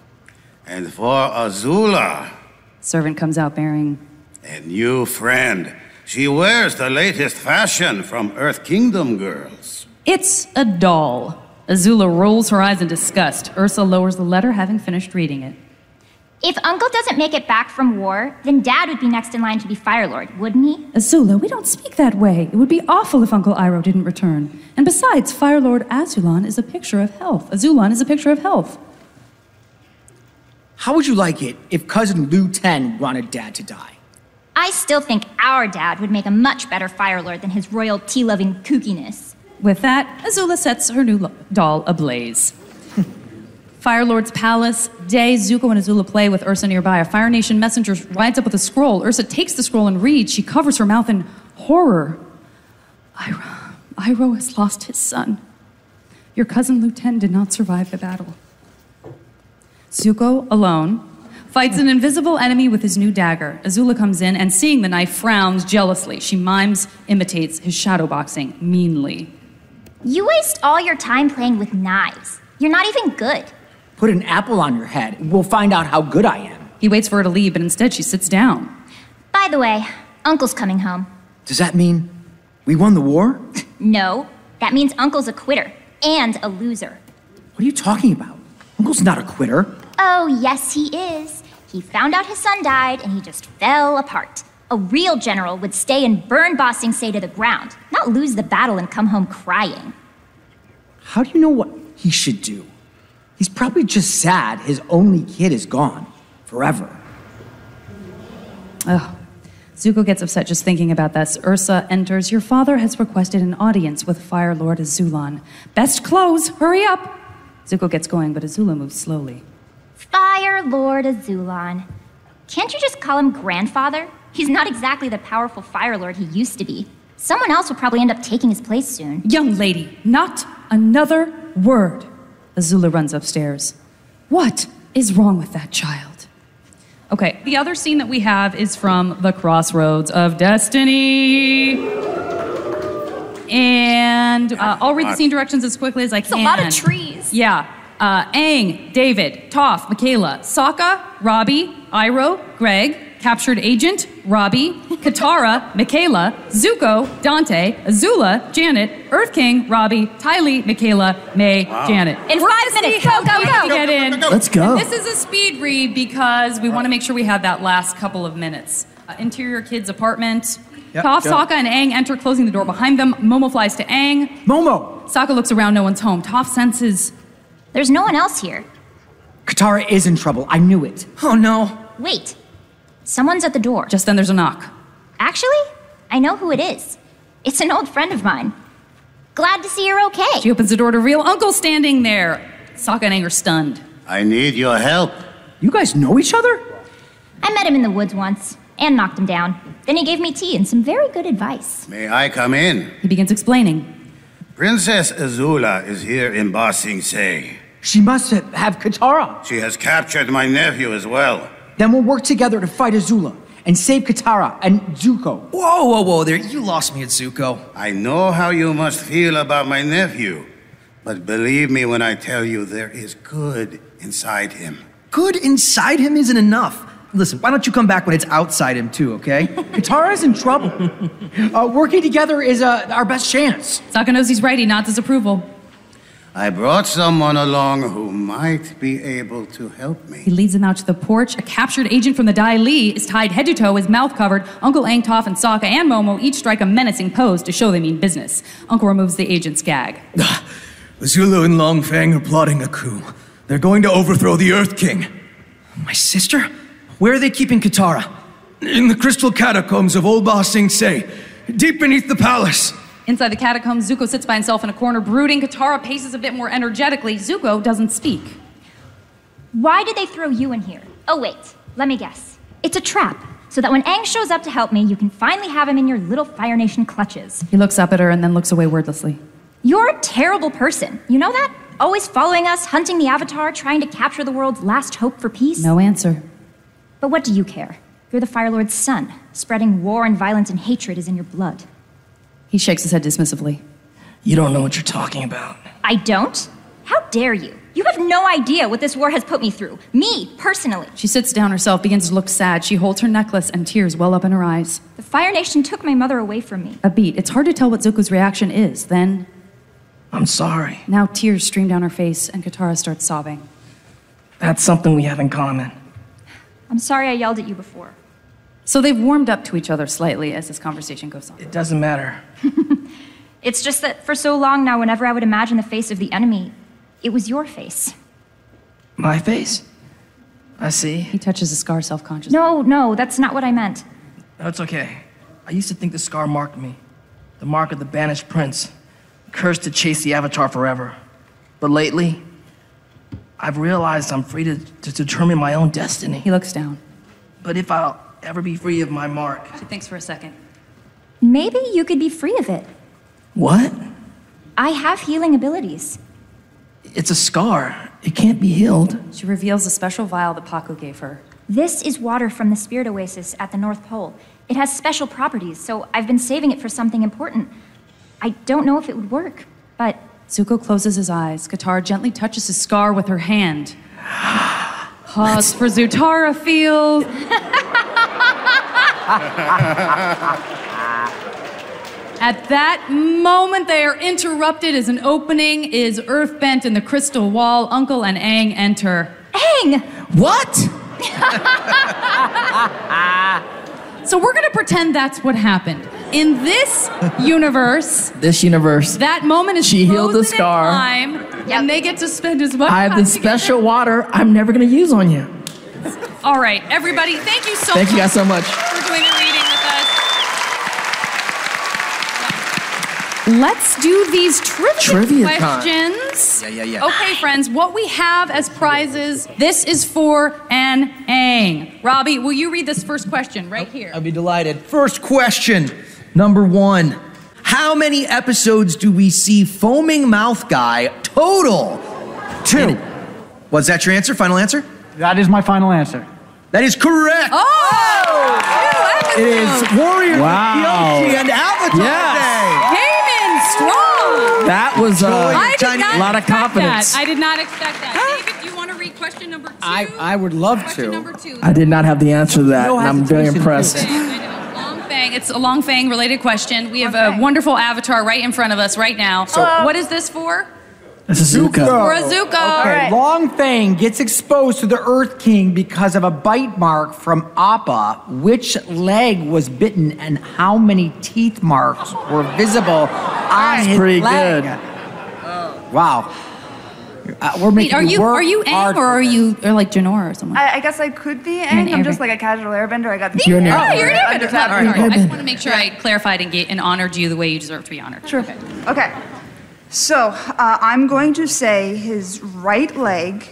J: And for Azula,
C: Servant comes out bearing.
J: a new friend. She wears the latest fashion from Earth Kingdom girls.
C: It's a doll. Azula rolls her eyes in disgust. Ursa lowers the letter, having finished reading it.
I: If Uncle doesn't make it back from war, then Dad would be next in line to be Fire Lord, wouldn't he?
C: Azula, we don't speak that way. It would be awful if Uncle Iroh didn't return. And besides, Fire Lord Azulon is a picture of health. Azulon is a picture of health.
D: How would you like it if cousin Liu Ten wanted dad to die?
I: I still think our dad would make a much better Fire Lord than his royal tea loving kookiness.
C: With that, Azula sets her new lo- doll ablaze. Fire Lord's Palace, Day, Zuko and Azula play with Ursa nearby. A Fire Nation messenger rides up with a scroll. Ursa takes the scroll and reads. She covers her mouth in horror. Iroh, Iroh has lost his son. Your cousin Luten did not survive the battle. Zuko, alone, fights an invisible enemy with his new dagger. Azula comes in and, seeing the knife, frowns jealously. She mimes, imitates his shadow boxing meanly.
I: You waste all your time playing with knives. You're not even good.
D: Put an apple on your head. and We'll find out how good I am.
C: He waits for her to leave, but instead she sits down.
I: By the way, Uncle's coming home.
D: Does that mean we won the war?
I: No, that means Uncle's a quitter and a loser.
D: What are you talking about? Uncle's not a quitter.
I: Oh, yes, he is. He found out his son died and he just fell apart. A real general would stay and burn Ba Sing Se to the ground, not lose the battle and come home crying.
D: How do you know what he should do? He's probably just sad his only kid is gone forever.
C: Ugh. Zuko gets upset just thinking about this. Ursa enters. Your father has requested an audience with Fire Lord Azulon. Best clothes, hurry up! Zuko gets going, but Azula moves slowly.
I: Fire Lord Azulon. Can't you just call him grandfather? He's not exactly the powerful Fire Lord he used to be. Someone else will probably end up taking his place soon.
C: Young lady, not another word. Azula runs upstairs. What is wrong with that child? Okay, the other scene that we have is from The Crossroads of Destiny. And uh, I'll read the scene directions as quickly as I
G: a
C: can.
G: lot of trees.
C: Yeah. Uh, Aang, David, Toph, Michaela, Sokka, Robbie, Iroh, Greg, Captured Agent, Robbie, Katara, Michaela, Zuko, Dante, Azula, Janet, Earth King, Robbie, Tylee, Michaela, May, Janet.
G: In five minutes, go, go, go.
C: Get in.
D: Let's go.
C: And this is a speed read because we want to make sure we have that last couple of minutes. Uh, interior kids' apartment.
D: Yep,
C: Toph,
D: go.
C: Sokka, and Aang enter, closing the door behind them. Momo flies to Aang.
D: Momo,
C: Sokka looks around, no one's home. Toph senses
I: There's no one else here.
D: Katara is in trouble. I knew it.
F: Oh no.
I: Wait, someone's at the door.
C: Just then there's a knock.
I: Actually, I know who it is. It's an old friend of mine. Glad to see you're okay.
C: She opens the door to real uncle standing there. Sokka and Aang are stunned.
J: I need your help.
D: You guys know each other?
I: I met him in the woods once and knocked him down. Then he gave me tea and some very good advice.
J: May I come in?
C: He begins explaining.
J: Princess Azula is here in Ba Sing Se.
D: She must ha- have Katara.
J: She has captured my nephew as well.
D: Then we'll work together to fight Azula and save Katara and Zuko.
F: Whoa, whoa, whoa! There, you lost me at Zuko.
J: I know how you must feel about my nephew, but believe me when I tell you there is good inside him.
F: Good inside him isn't enough. Listen, why don't you come back when it's outside him too? Okay.
D: Katara's in trouble. uh, working together is uh, our best chance.
C: Sokka knows he's right. He nods his approval.
J: I brought someone along who might be able to help
C: He
J: me.
C: leads him out to the porch. A captured agent from the Dai Li is tied head to toe, his mouth covered. Uncle Aang, Toph, and Sokka and Momo each strike a menacing pose to show they mean business. Uncle removes the agent's gag.
B: Zulu and Longfang are plotting a coup. They're going to overthrow the Earth King.
F: My sister? Where are they keeping Katara?
B: In the crystal catacombs of Old Ba Sing Se, deep beneath the palace.
C: Inside the catacombs, Zuko sits by himself in a corner, brooding. Katara paces a bit more energetically. Zuko doesn't speak.
I: Why did they throw you in here? Oh, wait, let me guess. It's a trap, so that when Aang shows up to help me, you can finally have him in your little Fire Nation clutches.
C: He looks up at her and then looks away wordlessly.
I: You're a terrible person. You know that? Always following us, hunting the Avatar, trying to capture the world's last hope for peace.
C: No answer.
I: But what do you care? You're the Fire Lord's son. Spreading war and violence and hatred is in your blood.
C: He shakes his head dismissively.
E: You don't know what you're talking about.
I: I don't? How dare you? You have no idea what this war has put me through. Me, personally.
C: She sits down herself, begins to look sad. She holds her necklace, and tears well up in her eyes.
I: The Fire Nation took my mother away from me.
C: A beat. It's hard to tell what Zuko's reaction is. Then,
E: I'm sorry.
C: now tears stream down her face, and Katara starts sobbing.
E: That's something we have in common.
I: I'm sorry I yelled at you before.
C: So they've warmed up to each other slightly as this conversation goes on.
E: It doesn't matter.
I: It's just that for so long now, whenever I would imagine the face of the enemy, it was your face.
E: My face? I see.
C: He touches the scar self consciously.
I: No, no, that's not what I meant.
E: No, it's okay. I used to think the scar marked me. The mark of the banished prince, cursed to chase the Avatar forever. But lately, I've realized I'm free to, to determine my own destiny.
C: He looks down.
E: But if I'll ever be free of my mark.
C: She thinks for a second.
I: Maybe you could be free of it.
E: What?
I: I have healing abilities.
E: It's a scar. It can't be healed.
C: She reveals a special vial that Paco gave her.
I: This is water from the Spirit Oasis at the North Pole. It has special properties, so I've been saving it for something important. I don't know if it would work, but
C: Zuko closes his eyes. Katara gently touches his scar with her hand. Pause for Zutara feels. At that moment, they are interrupted as an opening is earthbent in the crystal wall. Uncle and Aang enter.
I: Aang!
D: What?
C: So we're going to pretend that's what happened. In this universe,
E: This universe.
C: that moment is
E: She healed the
C: frozen in
E: scar.
C: time, and they get to spend as much.
E: I have
C: time
E: this
C: together.
E: special water I'm never gonna use on you.
C: All right, everybody, thank you so
E: Thank you
C: much
E: guys so much.
C: for doing the reading with us. Let's do these trivia,
E: Trivia time.
C: questions.
D: Yeah, yeah, yeah.
C: Okay, friends, what we have as prizes, this is for an Aang. Robbie, will you read this first question right here?
D: I'd be delighted. First question, number one.
F: How many episodes do we see foaming mouth guy total?
D: Two.
F: Was that your answer? Final answer?
K: That is my final answer.
F: That is correct.
C: Oh! Two
D: It
C: episodes.
D: is Warrior
K: Wow.
F: Yoshi and Avatar
D: Yes.
C: Came in
F: Oh,
C: strong.
D: That was
F: Troy.
D: uh,
C: I did
F: Tiny-
C: not
D: a lot of
C: expect
D: confidence.
C: That. I did not expect that. David, do you want to read question number two?
K: I, I would love
C: question
K: to.
C: number two.
E: I did not have the answer to that,
D: No
E: and I'm very
D: hesitation.
E: impressed.
C: I know. Long Fang. It's a Long Fang related question. We have a wonderful avatar right in front of us right now. what is this for?
E: This is
K: Zuko.
E: Zuko.
C: For a Zuko. All
K: Okay,
C: right.
K: Long Fang gets exposed to the Earth King because of a bite mark from Appa. Which leg was bitten and how many teeth marks were visible on his
E: pretty
K: leg? Oh.
E: good.
K: Wow. Uh, we're
C: Wait,
K: making
C: are you
K: work
C: are you Aang
K: hard
C: or
K: for
C: are
K: this.
C: you or like Janora or someone?
L: I, I guess I could be
C: an
L: Aang. I'm just
C: airbender.
L: like a casual airbender. I got the
E: You're an
L: Oh,
E: airbender.
C: You're an
L: under
C: airbender.
L: tap.
C: Sorry, I just want to make sure I clarified and, get, and honored you the way you deserve to be honored. Sure.
L: Okay. So uh, I'm going to say his right leg,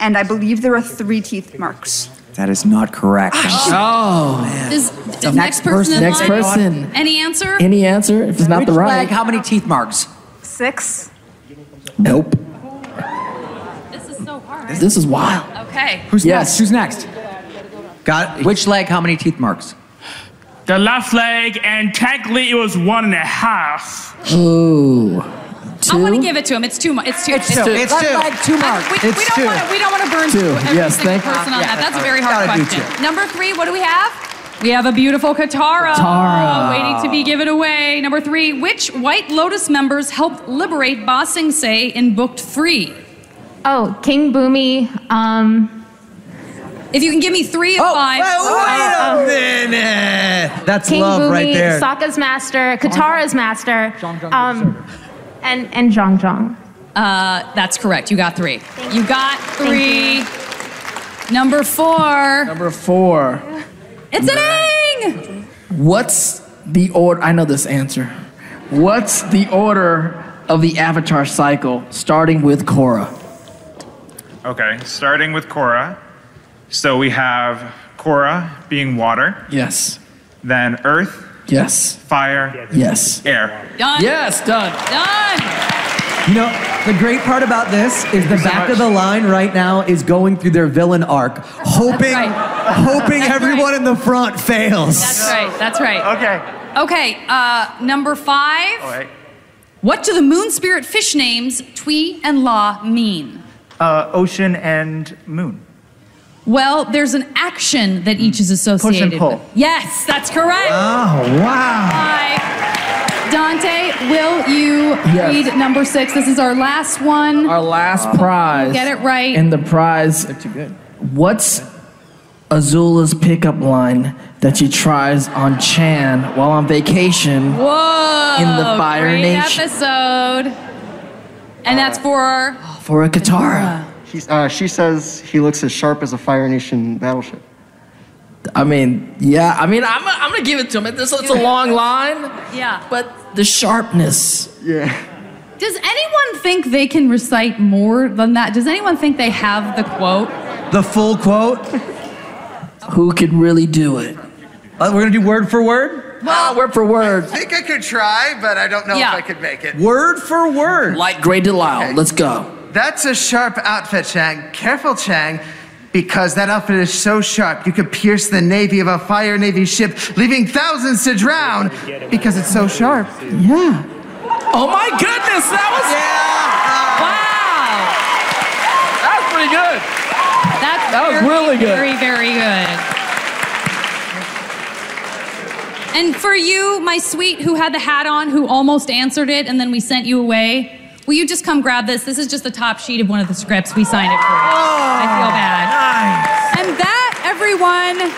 L: and I believe there are three teeth marks.
D: That is not correct.
E: Oh,
C: Does, does next person in
E: Next
C: line-
E: person.
C: Any answer?
E: Any answer? If it's not
K: Which
E: the
K: leg,
E: right.
K: how many teeth marks?
L: Six.
E: Nope.
C: this is so hard.
E: This is wild.
C: okay.
K: Who's
E: Yes.
K: next? Who's next?
F: Got it.
D: Which leg, how many teeth marks?
M: The left leg, and technically it was one and a half.
E: Ooh.
C: I want to
E: Two?
C: give it to him. It's too much. It's too.
K: It's two.
F: It's
K: Left
F: two.
K: leg, two
C: I-
K: marks.
C: We, we
F: It's
C: don't
F: two.
C: want to. We don't want to burn
E: Two.
C: through every
E: Yes,
C: single
E: thank you.
C: person on that. That's a very hard
F: Gotta do
C: question. Number three. What do we have? We have a beautiful Katara,
E: Katara.
C: waiting to be given away. Number three. Which White Lotus members helped liberate Ba Sing Se in Book Three?
L: Oh, King Boomy. Um,
C: If you can give me three of
F: Oh,
C: five. Oh.
F: wait, wait a minute. That's love right there.
L: Sokka's master, Katara's master,
K: Zhang Zhang um,
L: and and Zhang Zhang.
C: Uh, that's correct. You got three. You. got three. Number four.
E: Number four.
C: it's an Aang.
E: What's the order? I know this answer. What's the order of the Avatar cycle, starting with Korra?
M: Okay, starting with Korra. So we have Korra being water,
E: Yes.
M: then earth,
E: Yes.
M: fire,
E: Yes.
M: air.
C: Done.
E: Yes, done.
C: Done.
F: You know, the great part about this is the
K: so
F: back
K: much.
F: of the line right now is going through their villain arc, hoping, hoping
C: That's
F: everyone in the front fails.
C: That's right. That's right. Okay. Okay. Uh, number five.
E: All right.
C: What do the moon spirit fish names Twee and La mean?
N: Uh, ocean and moon.
C: Well, there's an action that each is associated
N: pull.
C: with. Yes, that's correct.
N: Oh, wow.
C: Five. Dante, will you
E: Yes.
C: read number six? This is our last one.
E: Our last prize.
C: Get it right.
E: And the prize. They're too good. What's Azula's pickup line that she tries on Chan while on vacation?
C: Whoa!
E: In the Fire
C: great
E: Nation.
C: episode. And that's for
E: For a Katara.
O: She's, uh, she says he looks as sharp as a Fire Nation battleship.
E: I mean, yeah. I mean, I'm, I'm gonna give it to him. It's, it's a long line.
C: yeah.
E: But The sharpness. Yeah.
C: does anyone think they can recite more than that? Does anyone think they have the quote?
F: The full quote.
E: Who could really do it?
F: Uh, we're gonna do word for word.
E: Well, word for word.
P: I think I could try, but I don't know
E: Yeah.
P: if I could make it.
F: Word for word.
E: Like Grey Delisle. Let's go.
P: That's a sharp outfit, Chang. Careful, Chang, because that outfit is so sharp you could pierce the navy of a fire navy ship, leaving thousands to drown because it's so sharp. Yeah.
E: Oh my goodness, that
C: Wow.
E: was. That's pretty good.
C: That's
E: That was
C: very,
E: really good.
C: Very, very good. And for you, my sweet, who had the hat on, who almost answered it, and then we sent you away, will you just come grab this? This is just the top sheet of one of the scripts. We signed it for you.
E: Oh,
C: I feel bad. And that, everyone,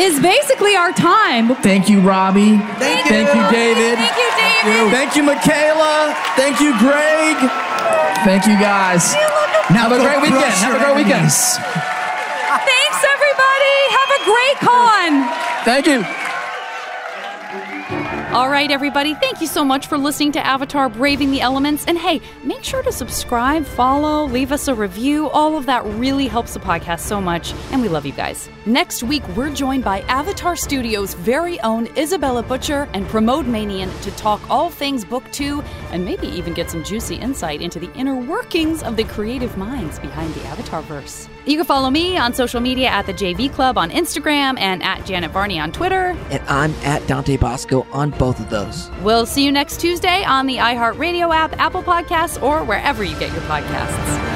C: is basically our time.
E: Thank you, Robbie.
C: Thank
E: Thank
C: you.
E: you, David.
C: Thank you, David.
E: Thank you, Michaela. Thank you, Greg. Thank you, guys. Have a
C: go
E: great weekend.
C: crush
E: Have a
C: your
E: great weekend.
C: Thanks, everybody. Have a great con.
E: Thank you.
A: All right, everybody, thank you so much for listening to Avatar Braving the Elements. And hey, make sure to subscribe, follow, leave us a review. All of that really helps the podcast so much, and we love you guys. Next week, we're joined by Avatar Studios' very own Isabella Butcher and Pramod Manian to talk all things Book Two and maybe even get some juicy insight into the inner workings of the creative minds behind the Avatarverse. You can follow me on social media at the JV Club on Instagram and at Janet Varney on Twitter.
Q: And I'm at Dante Bosco on both of those.
A: We'll see you next Tuesday on the iHeartRadio app, Apple Podcasts, or wherever you get your podcasts.